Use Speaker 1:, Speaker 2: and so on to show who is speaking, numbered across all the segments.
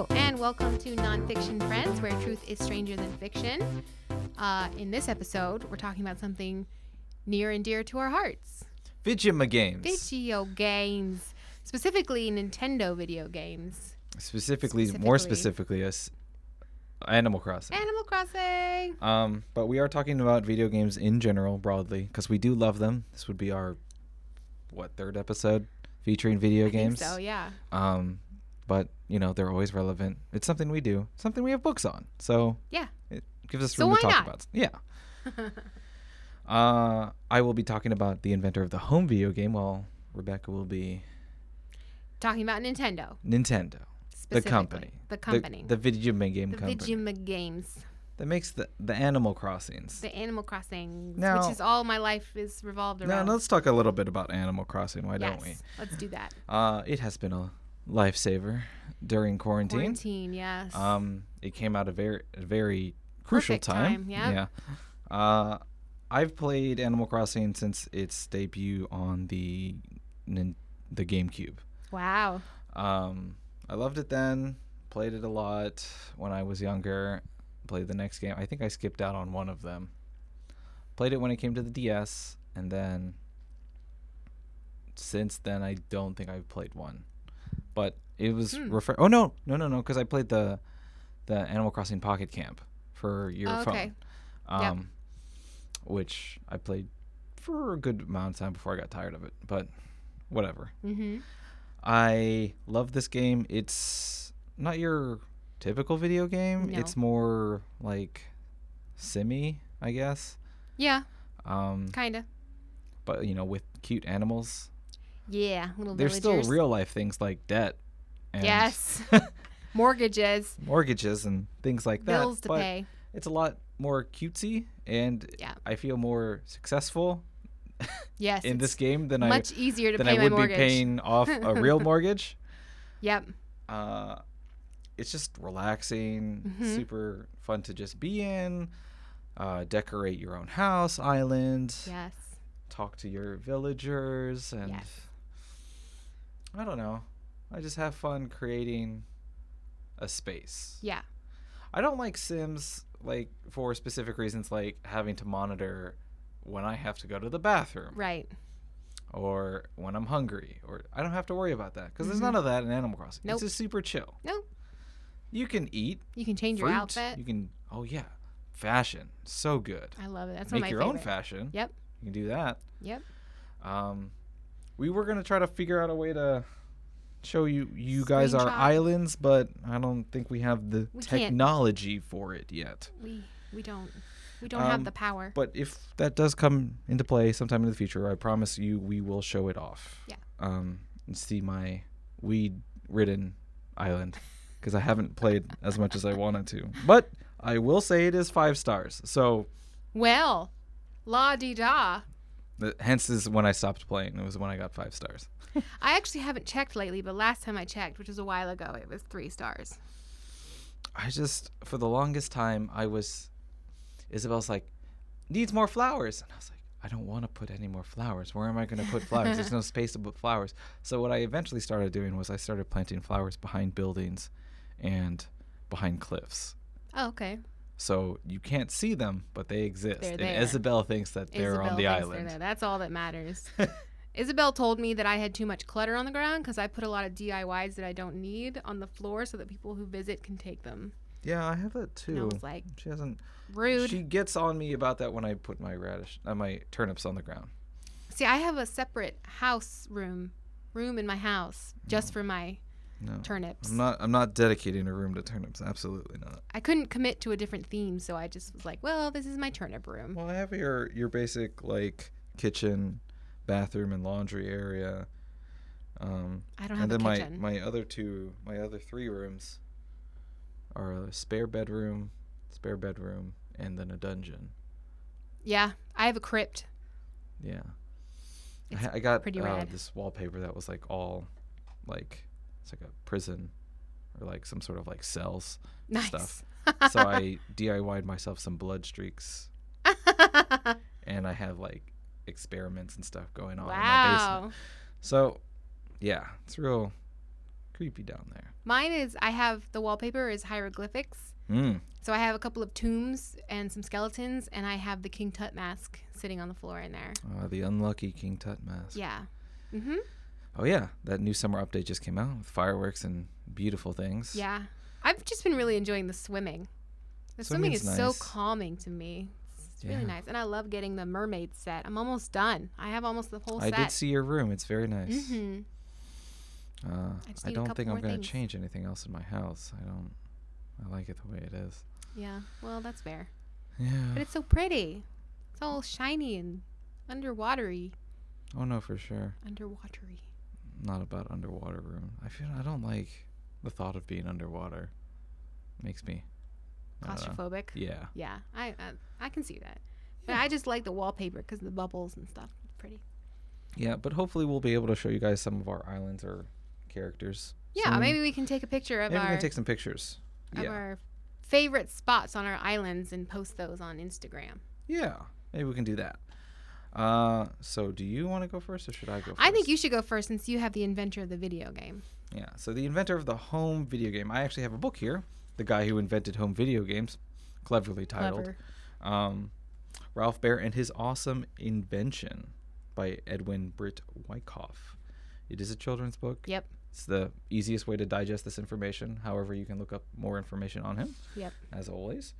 Speaker 1: welcome to Nonfiction Friends, where truth is stranger than fiction. Uh, in this episode, we're talking about something near and dear to our hearts
Speaker 2: Vidjima games.
Speaker 1: video games, specifically Nintendo video games.
Speaker 2: Specifically, more
Speaker 1: Specifically.
Speaker 2: specifically, us Animal Crossing.
Speaker 1: Animal Crossing!
Speaker 2: um, but we are talking about video games in general, broadly, because we do love them. This would be our what third episode featuring video
Speaker 1: I think
Speaker 2: games.
Speaker 1: so, yeah.
Speaker 2: Um, but you know they're always relevant. It's something we do, something we have books on. So
Speaker 1: Yeah.
Speaker 2: it gives us
Speaker 1: So
Speaker 2: room
Speaker 1: why
Speaker 2: to
Speaker 1: not?
Speaker 2: talk about. Yeah. uh, I will be talking about the inventor of the home video game, while Rebecca will be
Speaker 1: Talking about Nintendo.
Speaker 2: Nintendo. the
Speaker 1: Specifically.
Speaker 2: company,
Speaker 1: The company.
Speaker 2: the, video game
Speaker 1: The
Speaker 2: company
Speaker 1: Vijima games.
Speaker 2: that makes the the Animal Crossings.
Speaker 1: The Animal Crossing,
Speaker 2: Now-
Speaker 1: which is all my life is revolved
Speaker 2: now
Speaker 1: around.
Speaker 2: let's talk a little bit about Animal Crossing. Why
Speaker 1: yes.
Speaker 2: don't we?
Speaker 1: Let's do that.
Speaker 2: Uh, it has been a lifesaver during quarantine.
Speaker 1: Quarantine, yes.
Speaker 2: Um, it came out a very a very crucial
Speaker 1: Perfect
Speaker 2: time.
Speaker 1: time, yep.
Speaker 2: Yeah. Uh, I've played Animal Crossing since its debut on the nin- the GameCube.
Speaker 1: wow.
Speaker 2: Um, I loved it then. Played it a lot when I was younger. Played the next game. I think I skipped out on one of them. Played it when it came to the DS, and then since then I don't think I've played one. But it was
Speaker 1: Hmm.
Speaker 2: refer. Oh no, no, no, no, because I played the the Animal Crossing Pocket Camp for your
Speaker 1: Oh,
Speaker 2: phone.
Speaker 1: okay. Yep.
Speaker 2: Um, which I played for a good amount of time before I got tired of it. But whatever.
Speaker 1: Mm-hmm.
Speaker 2: I love this game. It's not your typical video game.
Speaker 1: No.
Speaker 2: It's more like simmy, I guess.
Speaker 1: Yeah,
Speaker 2: Um,
Speaker 1: kinda.
Speaker 2: but you know, with cute animals.
Speaker 1: Yeah, little
Speaker 2: There's still
Speaker 1: villagers.
Speaker 2: real life things like debt and
Speaker 1: Yes. Mortgages,
Speaker 2: mortgages and things like that.
Speaker 1: bills to
Speaker 2: but
Speaker 1: pay.
Speaker 2: It's a lot more cutesy and
Speaker 1: Yeah.
Speaker 2: I feel more successful
Speaker 1: Yes.
Speaker 2: in this
Speaker 1: it's
Speaker 2: game than I
Speaker 1: much easier to
Speaker 2: than
Speaker 1: pay
Speaker 2: I
Speaker 1: my
Speaker 2: would
Speaker 1: mortgage.
Speaker 2: be paying off a real mortgage.
Speaker 1: Yep.
Speaker 2: uh, it's just relaxing,
Speaker 1: Mhm.
Speaker 2: super fun to just be in. Uh, decorate your own house, island,
Speaker 1: Yes.
Speaker 2: talk to your villagers, and
Speaker 1: Yes.
Speaker 2: I don't know. I just have fun creating a space.
Speaker 1: Yeah.
Speaker 2: I don't like Sims like for specific reasons, like having to monitor when I have to go to the bathroom
Speaker 1: Right.
Speaker 2: or when I'm hungry, or I don't have to worry about that because there's
Speaker 1: Mhm.
Speaker 2: none of that in Animal Crossing.
Speaker 1: Nope.
Speaker 2: It's just super chill.
Speaker 1: Nope.
Speaker 2: You can eat,
Speaker 1: You can change your
Speaker 2: fruit,
Speaker 1: outfit.
Speaker 2: You can. Oh yeah, fashion. So good.
Speaker 1: I love it. That's one
Speaker 2: Make
Speaker 1: of my
Speaker 2: your own
Speaker 1: favorite.
Speaker 2: fashion.
Speaker 1: Yep.
Speaker 2: You can do that.
Speaker 1: Yep.
Speaker 2: Um, we were gonna try to figure out a way to show you you guys our
Speaker 1: Screenshot.
Speaker 2: islands, but I don't think we have the
Speaker 1: We can't.
Speaker 2: technology for it yet.
Speaker 1: We we don't we don't have
Speaker 2: Um,
Speaker 1: the power.
Speaker 2: But if that does come into play sometime in the future, I promise you we will show it off.
Speaker 1: Yeah.
Speaker 2: Um, and see my weed-ridden island, because I haven't played as much as I wanted to. But I will say it is five stars. So
Speaker 1: Well, la di da.
Speaker 2: th- hence is when I stopped playing. It was when I got five stars.
Speaker 1: I actually haven't checked lately, but last time I checked, which was a while ago, it was three stars.
Speaker 2: I just for the longest time I was. Isabel's like, needs more flowers, and I was like, I don't want to put any more flowers. Where am I going to put flowers? There's no space to put flowers. So what I eventually started doing was I started planting flowers behind buildings, and behind cliffs.
Speaker 1: Oh, okay.
Speaker 2: So you can't see them, but they exist.
Speaker 1: They're
Speaker 2: and
Speaker 1: there.
Speaker 2: Isabel thinks that they're on
Speaker 1: Isabel
Speaker 2: the
Speaker 1: thinks they're
Speaker 2: island.
Speaker 1: there. That's all that matters. Isabel told me that I had too much clutter on the ground because I put a lot of DIYs that I don't need on the floor so that people who visit can take them.
Speaker 2: Yeah, I have that
Speaker 1: And I
Speaker 2: too.
Speaker 1: was like,
Speaker 2: She hasn't.
Speaker 1: rude.
Speaker 2: She gets on me about that when I put my radish, uh, my turnips on the ground.
Speaker 1: See, I have a separate house room, room in my house just for my
Speaker 2: No.
Speaker 1: turnips.
Speaker 2: I'm not. I'm not dedicating a room to turnips. Absolutely not.
Speaker 1: I couldn't commit to a different theme, so I just was like, well, this is my turnip room.
Speaker 2: Well, I have your your basic like kitchen, bathroom, and laundry area, um,
Speaker 1: I don't have
Speaker 2: and
Speaker 1: a
Speaker 2: then my
Speaker 1: kitchen.
Speaker 2: my other two my other three rooms are a spare bedroom, spare bedroom, and then a dungeon.
Speaker 1: yeah, I have a crypt.
Speaker 2: Yeah, I,
Speaker 1: It's
Speaker 2: ha- I got
Speaker 1: pretty
Speaker 2: uh,
Speaker 1: rad.
Speaker 2: this wallpaper that was like all, like it's like a prison, or like some sort of like cells.
Speaker 1: Nice.
Speaker 2: stuff. so I DIY'd myself some blood streaks and I have like experiments and stuff going on in my basement.
Speaker 1: wow.
Speaker 2: So, yeah, it's real creepy down there.
Speaker 1: Mine is I have the wallpaper is hieroglyphics.
Speaker 2: Mm.
Speaker 1: So I have a couple of tombs and some skeletons, and I have the King Tut mask sitting on the floor in there.
Speaker 2: Uh, the unlucky King Tut mask.
Speaker 1: Yeah. Mhm.
Speaker 2: Oh yeah, that new summer update just came out with fireworks and beautiful things.
Speaker 1: Yeah. I've just been really enjoying the swimming. The swimming is
Speaker 2: Swimming's
Speaker 1: so
Speaker 2: nice.
Speaker 1: calming to me. It's really
Speaker 2: Yeah.
Speaker 1: nice, and I love getting the mermaid set. I'm almost done. I have almost the whole
Speaker 2: I
Speaker 1: set.
Speaker 2: did see your room. It's very nice.
Speaker 1: hmm
Speaker 2: Uh,
Speaker 1: I just
Speaker 2: I,
Speaker 1: need a
Speaker 2: don't
Speaker 1: couple
Speaker 2: think
Speaker 1: more
Speaker 2: I'm going to
Speaker 1: things.
Speaker 2: change anything else in my house. I don't. I like it the way it is.
Speaker 1: Yeah. Well, that's fair. But
Speaker 2: Yeah.
Speaker 1: it's so pretty. It's all shiny and underwatery.
Speaker 2: Oh no, for sure.
Speaker 1: Underwatery.
Speaker 2: Not about underwater room. I feel I don't like the thought of being underwater. Makes me. I don't know.
Speaker 1: Claustrophobic.
Speaker 2: Uh, Yeah.
Speaker 1: Yeah, I uh, I can see that. But I just like the wallpaper because the bubbles and stuff. It's pretty.
Speaker 2: Yeah, but hopefully we'll be able to show you guys some of our islands or characters.
Speaker 1: Yeah,
Speaker 2: soon.
Speaker 1: maybe we can take a picture of
Speaker 2: Maybe we
Speaker 1: our
Speaker 2: can take some pictures.
Speaker 1: of
Speaker 2: Yeah.
Speaker 1: our favorite spots on our islands and post those on Instagram.
Speaker 2: Yeah. Maybe we can do that. Uh, so do you want to go first or should I go first?
Speaker 1: I think you should go first since you have the inventor of the video game.
Speaker 2: Yeah. So the inventor of the home video game. I actually have a book here. The guy who invented home video games, cleverly titled
Speaker 1: Clever.
Speaker 2: um, Ralph Baer and His Awesome Invention by Edwin Britt Wyckoff. It is a children's book.
Speaker 1: Yep.
Speaker 2: It's the easiest way to digest this information. However, you can look up more information on him.
Speaker 1: Yep.
Speaker 2: As always.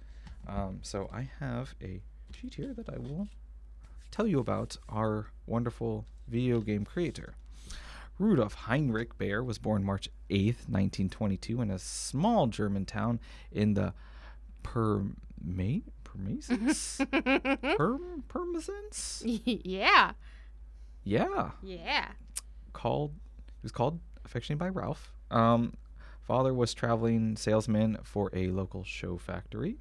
Speaker 2: Um, so I have a sheet here that I will tell you about our wonderful video game creator. Rudolf Heinrich Baer was born March 8th, 1922, in a small German town in the Perma- Permesens? Perm- Permesens?
Speaker 1: yeah.
Speaker 2: Yeah.
Speaker 1: Yeah.
Speaker 2: Called, he was called affectionately by Ralph. Um, father was traveling salesman for a local show factory.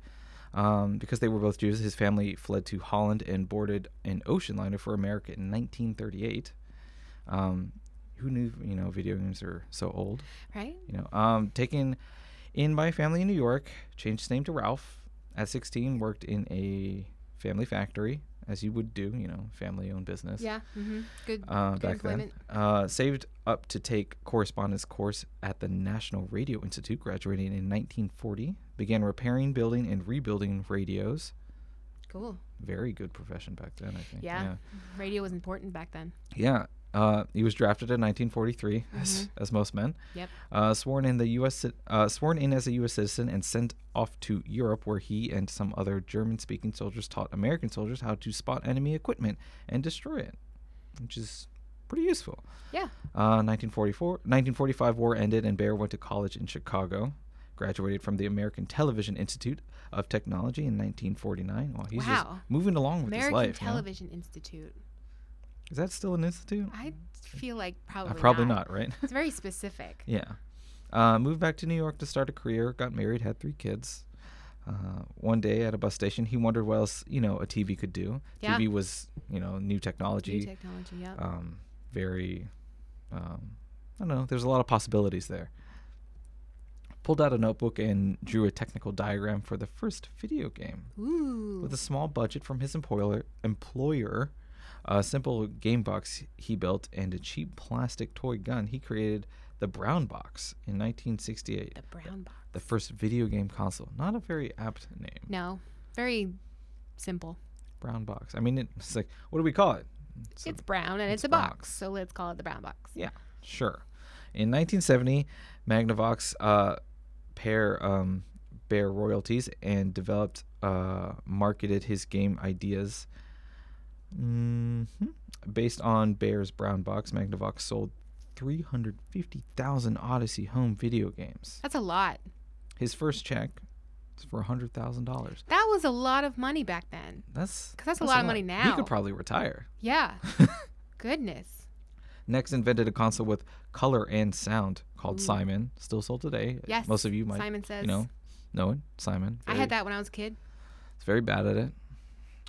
Speaker 2: Um, because they were both Jews, his family fled to Holland and boarded an ocean liner for America in 1938. Um, who knew, you know, video games are so old?
Speaker 1: Right?
Speaker 2: you know um taken in by a family in new york changed his name to ralph at 16 worked in a family factory as you would do you know family owned business
Speaker 1: Yeah. hmm Good.
Speaker 2: uh,
Speaker 1: Good
Speaker 2: back then
Speaker 1: employment.
Speaker 2: uh, saved up to take correspondence course at the national radio institute graduating in 1940 began repairing building and rebuilding radios
Speaker 1: Cool.
Speaker 2: very good profession back then i think
Speaker 1: Yeah. Radio was important back then.
Speaker 2: yeah. Uh, he was drafted in 1943, as, as most men.
Speaker 1: Mm-hmm. Yep.
Speaker 2: Uh, sworn in the U.S. cit- Uh, sworn in as a U.S. citizen and sent off to Europe, where he and some other German-speaking soldiers taught American soldiers how to spot enemy equipment and destroy it, which is pretty useful.
Speaker 1: Yeah.
Speaker 2: Uh, 1944, 1945 war ended, and Baer went to college in Chicago. Graduated from the American Television Institute of Technology in 1949. Well, he's
Speaker 1: Wow.
Speaker 2: just moving along with
Speaker 1: American
Speaker 2: his life. you know?
Speaker 1: Television Institute.
Speaker 2: Is that still an institute?
Speaker 1: I feel like probably
Speaker 2: Uh, probably not, right?
Speaker 1: It's very specific.
Speaker 2: Yeah. Uh, moved back to New York to start a career, got married, had three kids. Uh, one day at a bus station, he wondered what else, you know, a TV could do.
Speaker 1: Yeah.
Speaker 2: TV was, you know, new technology,
Speaker 1: New technology. Yep.
Speaker 2: um, very, um, I don't know, there's a lot of possibilities there. Pulled out a notebook and drew a technical diagram for the first video game.
Speaker 1: Ooh.
Speaker 2: With a small budget from his employer, employer, a simple game box he built, and a cheap plastic toy gun, he created the Brown Box in 1968,
Speaker 1: the brown box.
Speaker 2: the first video game console. Not a very apt name,
Speaker 1: No, very simple.
Speaker 2: Brown Box. I mean, it- it's like, what do we call it? It's a-
Speaker 1: it's brown and it's,
Speaker 2: it's
Speaker 1: a box.
Speaker 2: box.
Speaker 1: so let's call it the brown box.
Speaker 2: yeah, sure. In 1970, Magnavox uh, pair um, bear royalties and developed, uh, marketed his game ideas. hmm Based on Bear's Brown Box, Magnavox sold 350,000 Odyssey home video games.
Speaker 1: That's a lot.
Speaker 2: His first check is for $100,000.
Speaker 1: That was a lot of money back then.
Speaker 2: That's
Speaker 1: 'Cause that's a lot of money
Speaker 2: He
Speaker 1: now.
Speaker 2: could probably retire.
Speaker 1: Yeah. Goodness.
Speaker 2: Next invented a console with color and sound called
Speaker 1: Ooh.
Speaker 2: Simon, still sold today.
Speaker 1: Yes.
Speaker 2: Most of you might
Speaker 1: Simon says.
Speaker 2: you know, no one, Simon.
Speaker 1: I had that when I was a kid.
Speaker 2: It's very bad at it.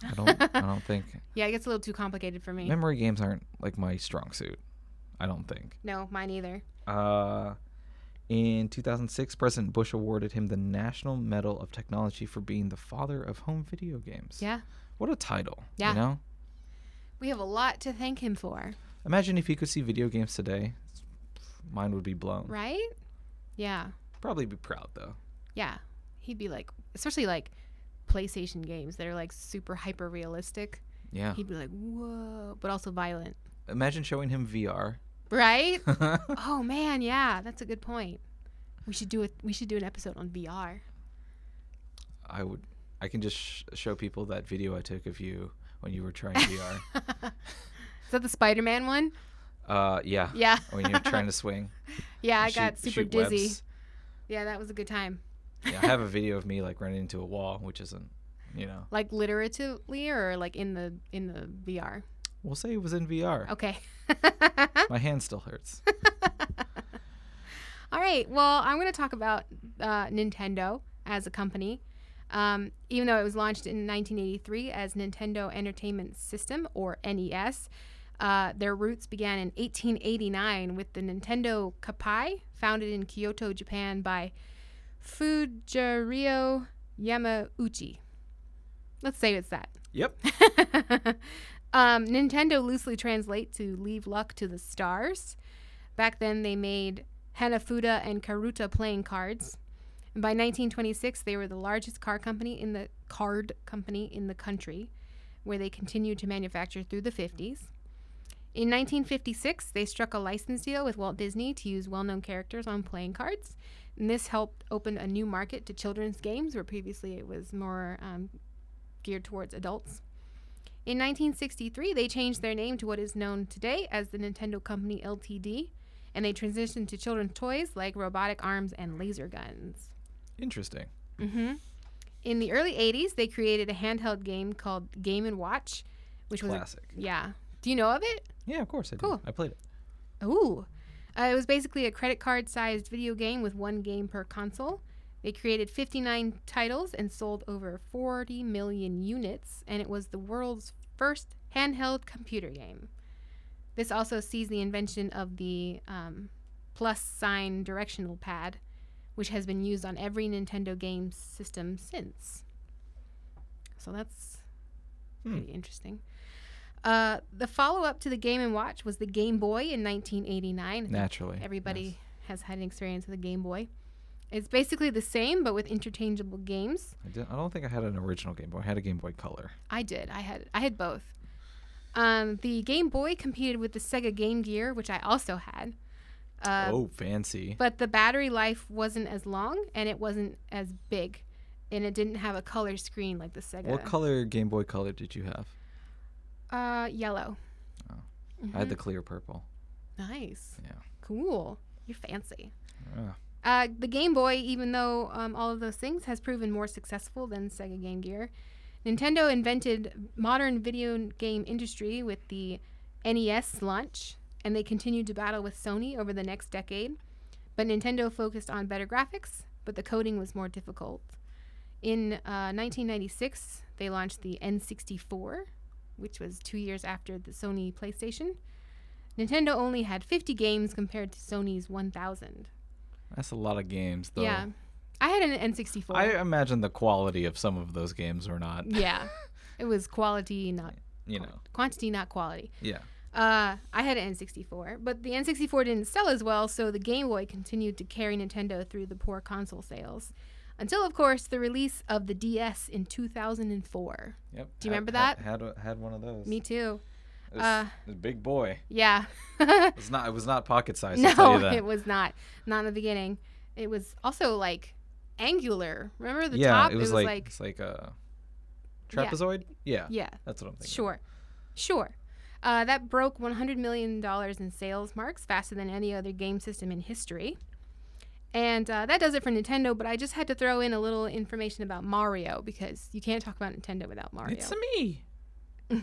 Speaker 2: I don't. I don't think
Speaker 1: Yeah, it gets a little too complicated for me.
Speaker 2: memory games aren't like my strong suit. I don't think.
Speaker 1: No, mine either.
Speaker 2: Uh, in 2006, President Bush awarded him the National Medal of Technology for being the father of home video games.
Speaker 1: Yeah.
Speaker 2: What a title.
Speaker 1: Yeah.
Speaker 2: You know.
Speaker 1: We have a lot to thank him for.
Speaker 2: Imagine if he could see video games today. It's Mine would be blown.
Speaker 1: right? Yeah.
Speaker 2: Probably be proud though.
Speaker 1: Yeah. He'd be like, especially like PlayStation games that are like super hyper realistic.
Speaker 2: Yeah.
Speaker 1: He'd be like, whoa, but also violent,
Speaker 2: Imagine showing him VR.
Speaker 1: right? oh man, yeah, that's a good point. We should do it. We should do an episode on VR.
Speaker 2: I would. I can just sh- show people that video I took of you when you were trying VR.
Speaker 1: Is that the Spider-Man one?
Speaker 2: uh, yeah.
Speaker 1: Yeah.
Speaker 2: When you're trying to swing.
Speaker 1: yeah, I
Speaker 2: and
Speaker 1: got
Speaker 2: shoot-
Speaker 1: super
Speaker 2: shoot
Speaker 1: dizzy.
Speaker 2: webs.
Speaker 1: Yeah, that was a good time.
Speaker 2: Yeah, I have a video of me like running into a wall, which isn't, you know.
Speaker 1: Like literatively or like in the in the VR.
Speaker 2: We'll say it was in VR.
Speaker 1: Okay.
Speaker 2: My hand still hurts.
Speaker 1: All right. Well, I'm going to talk about uh, Nintendo as a company. Um, even though it was launched in 1983 as Nintendo Entertainment System, or NES, uh, their roots began in 1889 with the Nintendo Kapai, founded in Kyoto, Japan by Fujirio Yamauchi. Let's say it's that.
Speaker 2: Yep.
Speaker 1: um, Nintendo loosely translate to leave luck to the stars. Back then, they made Hanafuda and Karuta playing cards. And by 1926, they were the largest car company in the card company in the country, where they continued to manufacture through the 50s. In 1956, they struck a license deal with Walt Disney to use well-known characters on playing cards, and this helped open a new market to children's games, where previously it was more um, geared towards adults. In 1963, they changed their name to what is known today as the Nintendo Company Ltd., and they transitioned to children's toys like robotic arms and laser guns.
Speaker 2: Interesting.
Speaker 1: hmm In the early 80s, they created a handheld game called Game and Watch, which was a-
Speaker 2: Classic.
Speaker 1: yeah. Do you know of it?
Speaker 2: Yeah, of course I did.
Speaker 1: Cool.
Speaker 2: I played it.
Speaker 1: Ooh. Uh, it was basically a credit card sized video game with one game per console. They created 59 titles and sold over 40 million units, and it was the world's first handheld computer game. This also sees the invention of the um, plus sign directional pad, which has been used on every Nintendo game system since. So that's
Speaker 2: Hmm.
Speaker 1: pretty interesting. Uh, the follow up to the Game and Watch was the Game Boy in 1989. I think
Speaker 2: Naturally.
Speaker 1: Everybody
Speaker 2: yes.
Speaker 1: has had an experience with a Game Boy. It's basically the same, but with interchangeable games.
Speaker 2: I, did, I don't think I had an original Game Boy. I had a Game Boy Color.
Speaker 1: I did. I had. I had both. Um, the Game Boy competed with the Sega Game Gear, which I also had. Uh,
Speaker 2: oh, fancy.
Speaker 1: But the battery life wasn't as long, and it wasn't as big, and it didn't have a color screen like the Sega.
Speaker 2: What color Game Boy Color did you have?
Speaker 1: Uh, yellow.
Speaker 2: Oh.
Speaker 1: Mhm.
Speaker 2: I had the clear purple.
Speaker 1: Nice.
Speaker 2: Yeah.
Speaker 1: Cool. You're fancy.
Speaker 2: Yeah.
Speaker 1: Uh, the Game Boy, even though um, all of those things, has proven more successful than Sega Game Gear. Nintendo invented modern video game industry with the NES launch, and they continued to battle with Sony over the next decade. But Nintendo focused on better graphics, but the coding was more difficult. In uh, 1996, they launched the N64, which was two years after the Sony PlayStation. Nintendo only had 50 games compared to Sony's 1,000.
Speaker 2: That's a lot of games, though.
Speaker 1: Yeah. I had an N64.
Speaker 2: I imagine the quality of some of those games were not,
Speaker 1: yeah. It was quality, not
Speaker 2: you know.
Speaker 1: quantity, not quality.
Speaker 2: Yeah.
Speaker 1: Uh, I had an N64, but the N64 didn't sell as well, so the Game Boy continued to carry Nintendo through the poor console sales. Until, of course, the release of the DS in 2004.
Speaker 2: Yep.
Speaker 1: Do you
Speaker 2: Had-
Speaker 1: remember
Speaker 2: had-
Speaker 1: that?
Speaker 2: Had, a- had one of those.
Speaker 1: Me too.
Speaker 2: It was,
Speaker 1: uh,
Speaker 2: it was a big boy.
Speaker 1: Yeah.
Speaker 2: It's not. It was not pocket sized. I'll tell you
Speaker 1: no,
Speaker 2: that.
Speaker 1: it was not. Not in the beginning. It was also like angular. Remember the
Speaker 2: yeah,
Speaker 1: top?
Speaker 2: it was, like, it's like a trapezoid. Yeah,
Speaker 1: yeah,
Speaker 2: that's what I'm thinking.
Speaker 1: Sure, sure. Uh, that broke $100 million in sales marks faster than any other game system in history. And uh, that does it for Nintendo, but I just had to throw in a little information about Mario because you can't talk about Nintendo without Mario.
Speaker 2: It's me.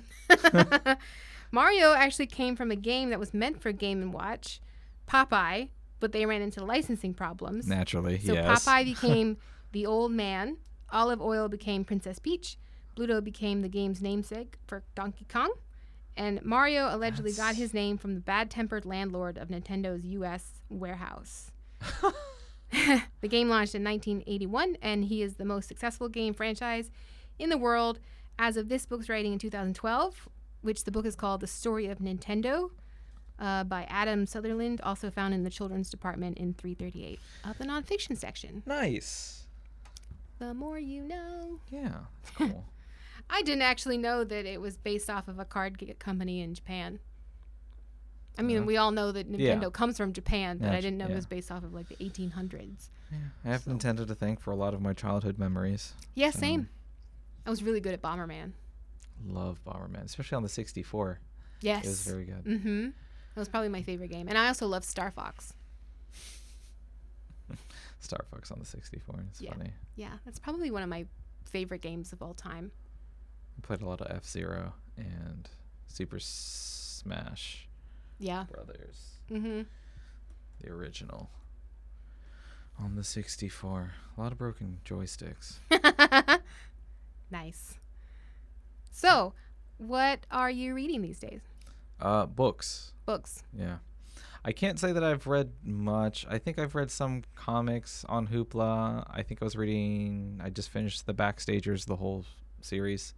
Speaker 1: Mario actually came from a game that was meant for Game and Watch, Popeye, but they ran into licensing problems.
Speaker 2: Naturally,
Speaker 1: So
Speaker 2: yes.
Speaker 1: Popeye became the old man. Olive Oil became Princess Peach. Bluto became the game's namesake for Donkey Kong. And Mario allegedly got
Speaker 2: That's-
Speaker 1: his name from the bad tempered landlord of Nintendo's U.S. warehouse. the game launched in 1981, and he is the most successful game franchise in the world as of this book's writing in 2012, which the book is called The Story of Nintendo. uh, by Adam Sutherland, also found in the children's department in 338 of the nonfiction section.
Speaker 2: Nice.
Speaker 1: The more you know.
Speaker 2: Yeah, that's cool.
Speaker 1: I didn't actually know that it was based off of a card g- company in Japan. I mean,
Speaker 2: Yeah.
Speaker 1: we all know that
Speaker 2: Oh. Yeah.
Speaker 1: Nintendo comes from Japan, but
Speaker 2: Yeah,
Speaker 1: I didn't know
Speaker 2: yeah.
Speaker 1: it was based off of like the 1800s.
Speaker 2: yeah. I have
Speaker 1: So-
Speaker 2: Nintendo to thank for a lot of my childhood memories.
Speaker 1: Yeah,
Speaker 2: So-
Speaker 1: same. I was really good at Bomberman.
Speaker 2: Love Bomberman, especially on the 64.
Speaker 1: Yes.
Speaker 2: It was very good.
Speaker 1: Mm-hmm. That was probably my favorite game, and I also love Star Fox.
Speaker 2: Star Fox on the 64. and It's
Speaker 1: Yeah.
Speaker 2: funny.
Speaker 1: Yeah, that's probably one of my favorite games of all time.
Speaker 2: I played a lot of F Zero and Super Smash
Speaker 1: Yeah.
Speaker 2: Brothers,
Speaker 1: Mm-hmm.
Speaker 2: the original. On the 64. A lot of broken joysticks.
Speaker 1: nice. So, what are you reading these days?
Speaker 2: Uh, books.
Speaker 1: Books.
Speaker 2: Yeah. I can't say that I've read much. I think I've read some comics on Hoopla. I think I was reading, I just finished the Backstagers, the whole series.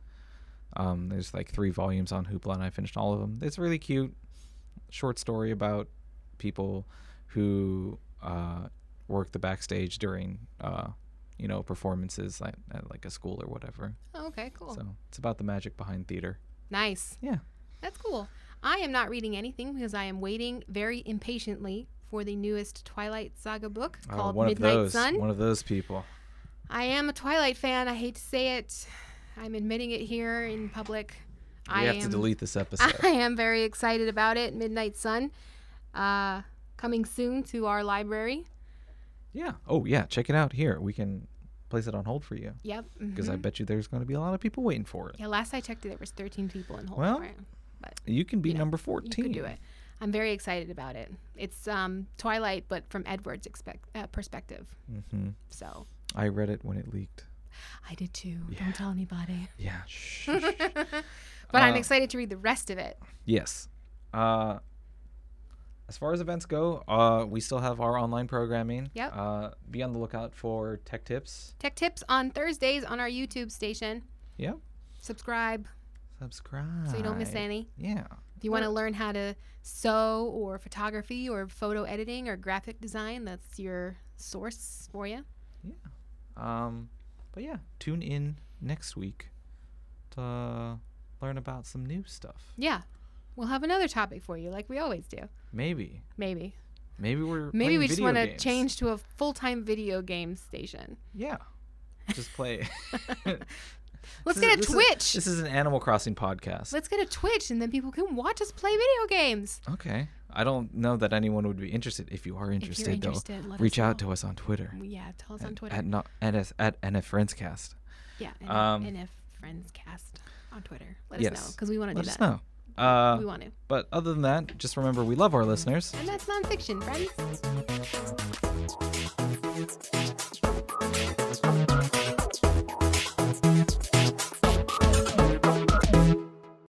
Speaker 2: Um, there's like three volumes on Hoopla, and I finished all of them. It's really cute. Short story about people who uh, work the backstage during, uh, you know, performances like, at like a school or whatever.
Speaker 1: Oh, Okay, cool.
Speaker 2: So it's about the magic behind theater.
Speaker 1: Nice.
Speaker 2: Yeah.
Speaker 1: That's cool. I am not reading anything because I am waiting very impatiently for the newest Twilight Saga book
Speaker 2: Oh,
Speaker 1: called
Speaker 2: one
Speaker 1: Midnight
Speaker 2: of those.
Speaker 1: Sun.
Speaker 2: One of those people.
Speaker 1: I am a Twilight fan. I hate to say it. I'm admitting it here in public.
Speaker 2: We
Speaker 1: I
Speaker 2: have
Speaker 1: am,
Speaker 2: to delete this episode.
Speaker 1: I am very excited about it. Midnight Sun, uh, coming soon to our library.
Speaker 2: Yeah. Oh, yeah. Check it out here. We can place it on hold for you
Speaker 1: Yep.
Speaker 2: because I
Speaker 1: mhm.
Speaker 2: bet you there's going to be a lot of people waiting for it.
Speaker 1: yeah. Last I checked, there was 13 people in hold
Speaker 2: Well,
Speaker 1: for it.
Speaker 2: You can be
Speaker 1: You know,
Speaker 2: number
Speaker 1: You
Speaker 2: 14.
Speaker 1: could do it. I'm very excited about it. It's um, Twilight, but from Edward's expect- uh, perspective.
Speaker 2: hmm
Speaker 1: So
Speaker 2: I read it when it leaked.
Speaker 1: I did too.
Speaker 2: Yeah.
Speaker 1: Don't tell anybody.
Speaker 2: Yeah. Shh.
Speaker 1: but I'm
Speaker 2: Uh,
Speaker 1: excited to read the rest of it.
Speaker 2: yes. Uh, as far as events go, uh, we still have our online programming.
Speaker 1: Yep.
Speaker 2: Uh, be on the lookout for tech tips.
Speaker 1: Tech tips on Thursdays on our YouTube station.
Speaker 2: Yep.
Speaker 1: Subscribe
Speaker 2: Subscribe.
Speaker 1: so you don't miss any.
Speaker 2: Yeah.
Speaker 1: If you want to learn how to sew or photography or photo editing or graphic design, that's your source for you.
Speaker 2: Um, but yeah, tune in next week to learn about some new stuff.
Speaker 1: Yeah. We'll have another topic for you like we always do.
Speaker 2: Maybe.
Speaker 1: Maybe.
Speaker 2: Maybe we're
Speaker 1: Maybe
Speaker 2: playing
Speaker 1: we just
Speaker 2: video
Speaker 1: want to
Speaker 2: games.
Speaker 1: change to a full-time video game station.
Speaker 2: Yeah, just play.
Speaker 1: Let's
Speaker 2: This
Speaker 1: get a
Speaker 2: is- this is-
Speaker 1: Twitch.
Speaker 2: this is an Animal Crossing podcast.
Speaker 1: Let's get a Twitch and then people can watch us play video games.
Speaker 2: Okay, I don't know that anyone would be interested. If you are interested,
Speaker 1: if you're interested,
Speaker 2: though,
Speaker 1: let
Speaker 2: reach
Speaker 1: us
Speaker 2: out
Speaker 1: know.
Speaker 2: to us on Twitter.
Speaker 1: Yeah, tell us
Speaker 2: at,
Speaker 1: on Twitter.
Speaker 2: at not at us at NF Friendscast.
Speaker 1: yeah, and,
Speaker 2: um,
Speaker 1: and if friends cast on Twitter, let us know
Speaker 2: yes.
Speaker 1: because we want to
Speaker 2: Let
Speaker 1: do
Speaker 2: us
Speaker 1: that.
Speaker 2: know.
Speaker 1: We
Speaker 2: Uh,
Speaker 1: want Mm-hmm. to,
Speaker 2: but other than that, just remember we love our listeners.
Speaker 1: and that's nonfiction, friends.